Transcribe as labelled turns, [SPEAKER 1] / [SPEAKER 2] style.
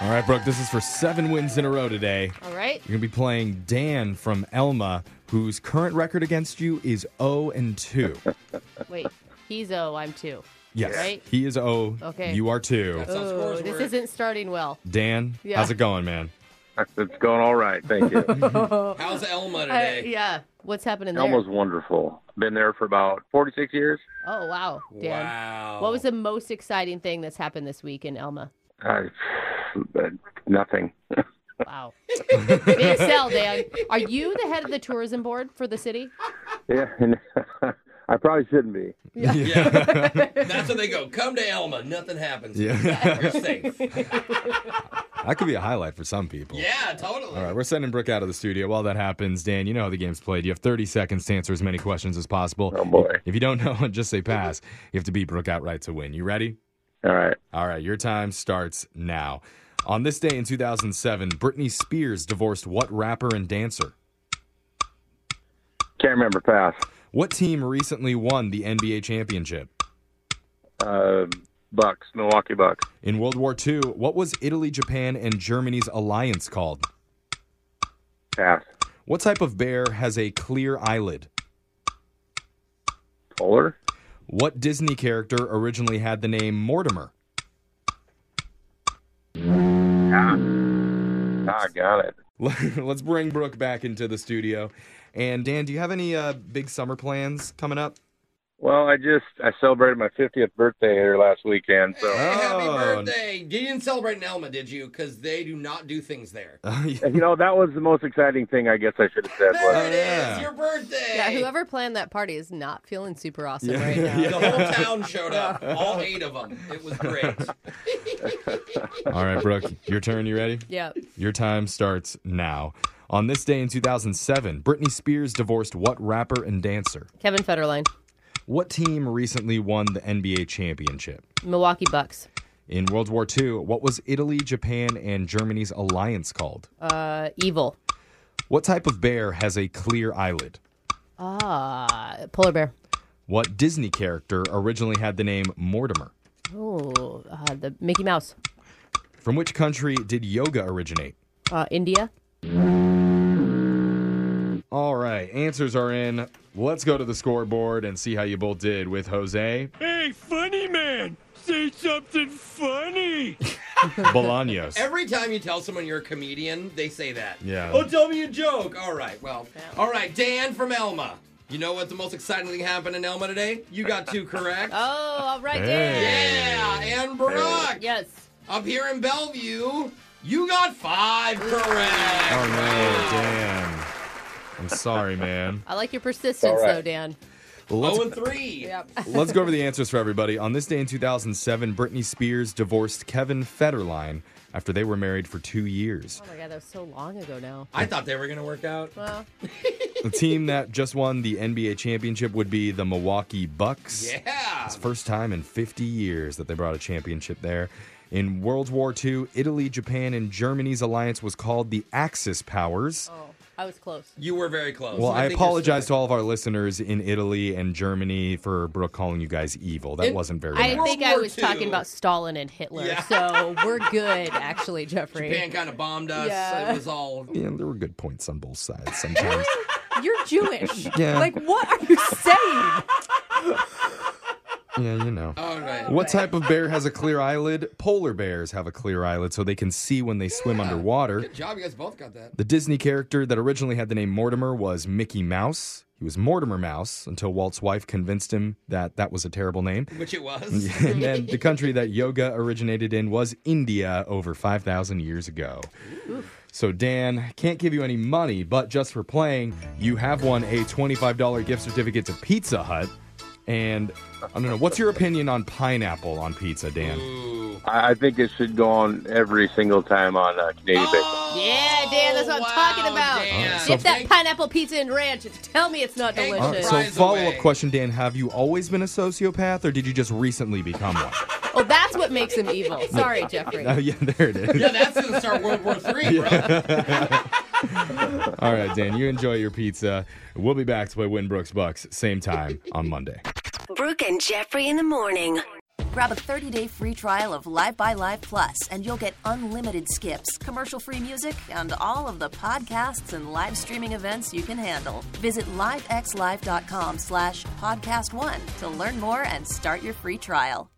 [SPEAKER 1] All right, Brooke, this is for seven wins in a row today.
[SPEAKER 2] All right.
[SPEAKER 1] You're going to be playing Dan from Elma, whose current record against you is 0 and 2.
[SPEAKER 2] Wait. He's O. I'm two.
[SPEAKER 1] Yes.
[SPEAKER 2] Right?
[SPEAKER 1] He is 0.
[SPEAKER 2] Okay.
[SPEAKER 1] You are 2.
[SPEAKER 2] Oh, this isn't starting well.
[SPEAKER 1] Dan,
[SPEAKER 2] Yeah.
[SPEAKER 1] how's it going, man?
[SPEAKER 3] It's going all right. Thank you.
[SPEAKER 4] How's Elma
[SPEAKER 2] Uh,
[SPEAKER 4] today?
[SPEAKER 2] yeah. What's happening there?
[SPEAKER 3] Elma's wonderful. Been there for about 46 years.
[SPEAKER 2] Oh wow, Dan.
[SPEAKER 4] Wow.
[SPEAKER 2] What was the most exciting thing that's happened this week in Elma?
[SPEAKER 3] I, but nothing.
[SPEAKER 2] Wow. Big sell, Dan. Are you the head of the tourism board for the city?
[SPEAKER 3] Yeah, and I probably shouldn't be.
[SPEAKER 4] Yeah. That's what they go. Come to Elma. Nothing happens.
[SPEAKER 1] Yeah.
[SPEAKER 4] You're safe.
[SPEAKER 1] that could be a highlight for some people.
[SPEAKER 4] Yeah, totally.
[SPEAKER 1] All right, we're sending Brooke out of the studio. While that happens, Dan, you know how the game's played. You have 30 seconds to answer as many questions as possible.
[SPEAKER 3] Oh, boy.
[SPEAKER 1] If you don't know, just say pass. You have to beat Brooke outright to win. You ready?
[SPEAKER 3] All right.
[SPEAKER 1] All right, your time starts now. On this day in 2007, Britney Spears divorced what rapper and dancer?
[SPEAKER 3] Can't remember. Pass.
[SPEAKER 1] What team recently won the NBA championship?
[SPEAKER 3] Uh, Bucks. Milwaukee Bucks.
[SPEAKER 1] In World War II, what was Italy, Japan, and Germany's alliance called?
[SPEAKER 3] Pass.
[SPEAKER 1] What type of bear has a clear eyelid?
[SPEAKER 3] Polar.
[SPEAKER 1] What Disney character originally had the name Mortimer?
[SPEAKER 3] Ah, got it.
[SPEAKER 1] Let's bring Brooke back into the studio. And Dan, do you have any uh, big summer plans coming up?
[SPEAKER 3] Well, I just I celebrated my 50th birthday here last weekend, so
[SPEAKER 4] Hey, happy
[SPEAKER 1] Oh.
[SPEAKER 4] birthday. You didn't celebrate in Elma, did you? Because they do not do things there.
[SPEAKER 1] Uh,
[SPEAKER 3] you know that was the most exciting thing I guess I should have said
[SPEAKER 4] There
[SPEAKER 3] was
[SPEAKER 4] it
[SPEAKER 1] yeah.
[SPEAKER 4] is. Your birthday.
[SPEAKER 2] Yeah. Whoever planned that party is not feeling super awesome right now.
[SPEAKER 4] The whole town showed up. All eight of them. It was great.
[SPEAKER 1] All right, Brooke, your turn. You ready?
[SPEAKER 2] Yeah.
[SPEAKER 1] Your time starts now. On this day in 2007, Britney Spears divorced what rapper and dancer?
[SPEAKER 2] Kevin Federline,
[SPEAKER 1] What team recently won the NBA championship?
[SPEAKER 2] Milwaukee Bucks,
[SPEAKER 1] In World War II, what was Italy, Japan, and Germany's alliance called?
[SPEAKER 2] uh, Evil,
[SPEAKER 1] What type of bear has a clear eyelid?
[SPEAKER 2] ah, Polar Bear.
[SPEAKER 1] What Disney character originally had the name Mortimer?
[SPEAKER 2] Oh, uh, the Mickey Mouse,
[SPEAKER 1] From which country did yoga originate?
[SPEAKER 2] uh, India.
[SPEAKER 1] All right, answers are in. Let's go to the scoreboard and see how you both did with Jose
[SPEAKER 5] Hey, funny man, say something funny.
[SPEAKER 1] Bolaños.
[SPEAKER 4] Every time you tell someone you're a comedian, they say that.
[SPEAKER 1] Yeah.
[SPEAKER 4] Oh, tell me a joke. All right. Well, all right. Dan from Elma. You know what the most exciting thing happened in Elma today? You got two correct.
[SPEAKER 2] Oh, all right,
[SPEAKER 1] Hey.
[SPEAKER 2] Dan.
[SPEAKER 4] Yeah. And Brock.
[SPEAKER 2] Yes.
[SPEAKER 4] Up here in Bellevue, you got five correct.
[SPEAKER 1] Oh no, damn. I'm sorry, man.
[SPEAKER 2] I like your persistence,
[SPEAKER 3] All right.
[SPEAKER 2] though, Dan.
[SPEAKER 1] Let's,
[SPEAKER 4] Oh and three.
[SPEAKER 1] let's go over the answers for everybody. On this day in 2007, Britney Spears divorced Kevin Federline after they were married for two years.
[SPEAKER 2] Oh my God, that was so long ago now.
[SPEAKER 4] I thought they were gonna work out.
[SPEAKER 2] Well,
[SPEAKER 1] The team that just won the NBA championship would be the Milwaukee Bucks.
[SPEAKER 4] Yeah.
[SPEAKER 1] First time in 50 years that they brought a championship there. In World War II, Italy, Japan, and Germany's alliance was called the Axis Powers.
[SPEAKER 2] oh, I was close.
[SPEAKER 4] You were very close.
[SPEAKER 1] Well, I,
[SPEAKER 4] think you're
[SPEAKER 1] apologize to
[SPEAKER 4] still-
[SPEAKER 1] all of our listeners in Italy and Germany for Brooke calling you guys evil. That
[SPEAKER 4] It-
[SPEAKER 1] wasn't very
[SPEAKER 2] I
[SPEAKER 1] nice.
[SPEAKER 2] think I
[SPEAKER 4] War
[SPEAKER 2] was
[SPEAKER 4] II.
[SPEAKER 2] talking about Stalin and Hitler,
[SPEAKER 4] Yeah.
[SPEAKER 2] so we're good, actually, Jeffrey.
[SPEAKER 4] Japan kind of bombed us.
[SPEAKER 2] Yeah.
[SPEAKER 4] It was all.
[SPEAKER 1] Yeah, there were good points on both sides sometimes.
[SPEAKER 2] You're Jewish.
[SPEAKER 1] Yeah.
[SPEAKER 2] Like, what are you saying?
[SPEAKER 1] yeah, you know.
[SPEAKER 4] All right.
[SPEAKER 1] What type of bear has a clear eyelid? Polar bears have a clear eyelid so they can see when they swim underwater.
[SPEAKER 4] Good job. You guys both got that.
[SPEAKER 1] The Disney character that originally had the name Mortimer was Mickey Mouse. He was Mortimer Mouse until Walt's wife convinced him that that was a terrible name.
[SPEAKER 4] Which it was.
[SPEAKER 1] And then the country that yoga originated in was India over 5,000 years ago. So, Dan, can't give you any money, but just for playing, you have won a $25 gift certificate to Pizza Hut. And I don't know, what's your opinion on pineapple on pizza,
[SPEAKER 4] Mm.
[SPEAKER 1] Dan?
[SPEAKER 4] Ooh.
[SPEAKER 3] I I think it should go on every single time on uh, Canadian
[SPEAKER 4] Oh,
[SPEAKER 3] Bacon.
[SPEAKER 2] Yeah, Dan, that's what I'm
[SPEAKER 4] wow,
[SPEAKER 2] talking about.
[SPEAKER 4] Dan.
[SPEAKER 1] So
[SPEAKER 2] Dip that
[SPEAKER 4] Thank-
[SPEAKER 2] pineapple pizza in ranch and tell me it's not
[SPEAKER 4] Thank
[SPEAKER 1] All right,
[SPEAKER 2] delicious.
[SPEAKER 1] Uh, so,
[SPEAKER 4] Fries
[SPEAKER 1] follow up
[SPEAKER 4] away.
[SPEAKER 1] question, Dan Have you always been a sociopath, or did you just recently become one?
[SPEAKER 2] oh, that's what makes him evil. Sorry, Jeffrey.
[SPEAKER 1] Oh, yeah, there it is.
[SPEAKER 4] Yeah, that's gonna start World War Three, bro.
[SPEAKER 1] All right, Dan, you enjoy your pizza. We'll be back to play Win Brooks Bucks same time on Monday.
[SPEAKER 6] Brooke and Jeffrey in the morning. Grab a 30 day free trial of Live by Live Plus, and you'll get unlimited skips, commercial free music, and all of the podcasts and live streaming events you can handle. Visit livexlive.com slash podcast one to learn more and start your free trial.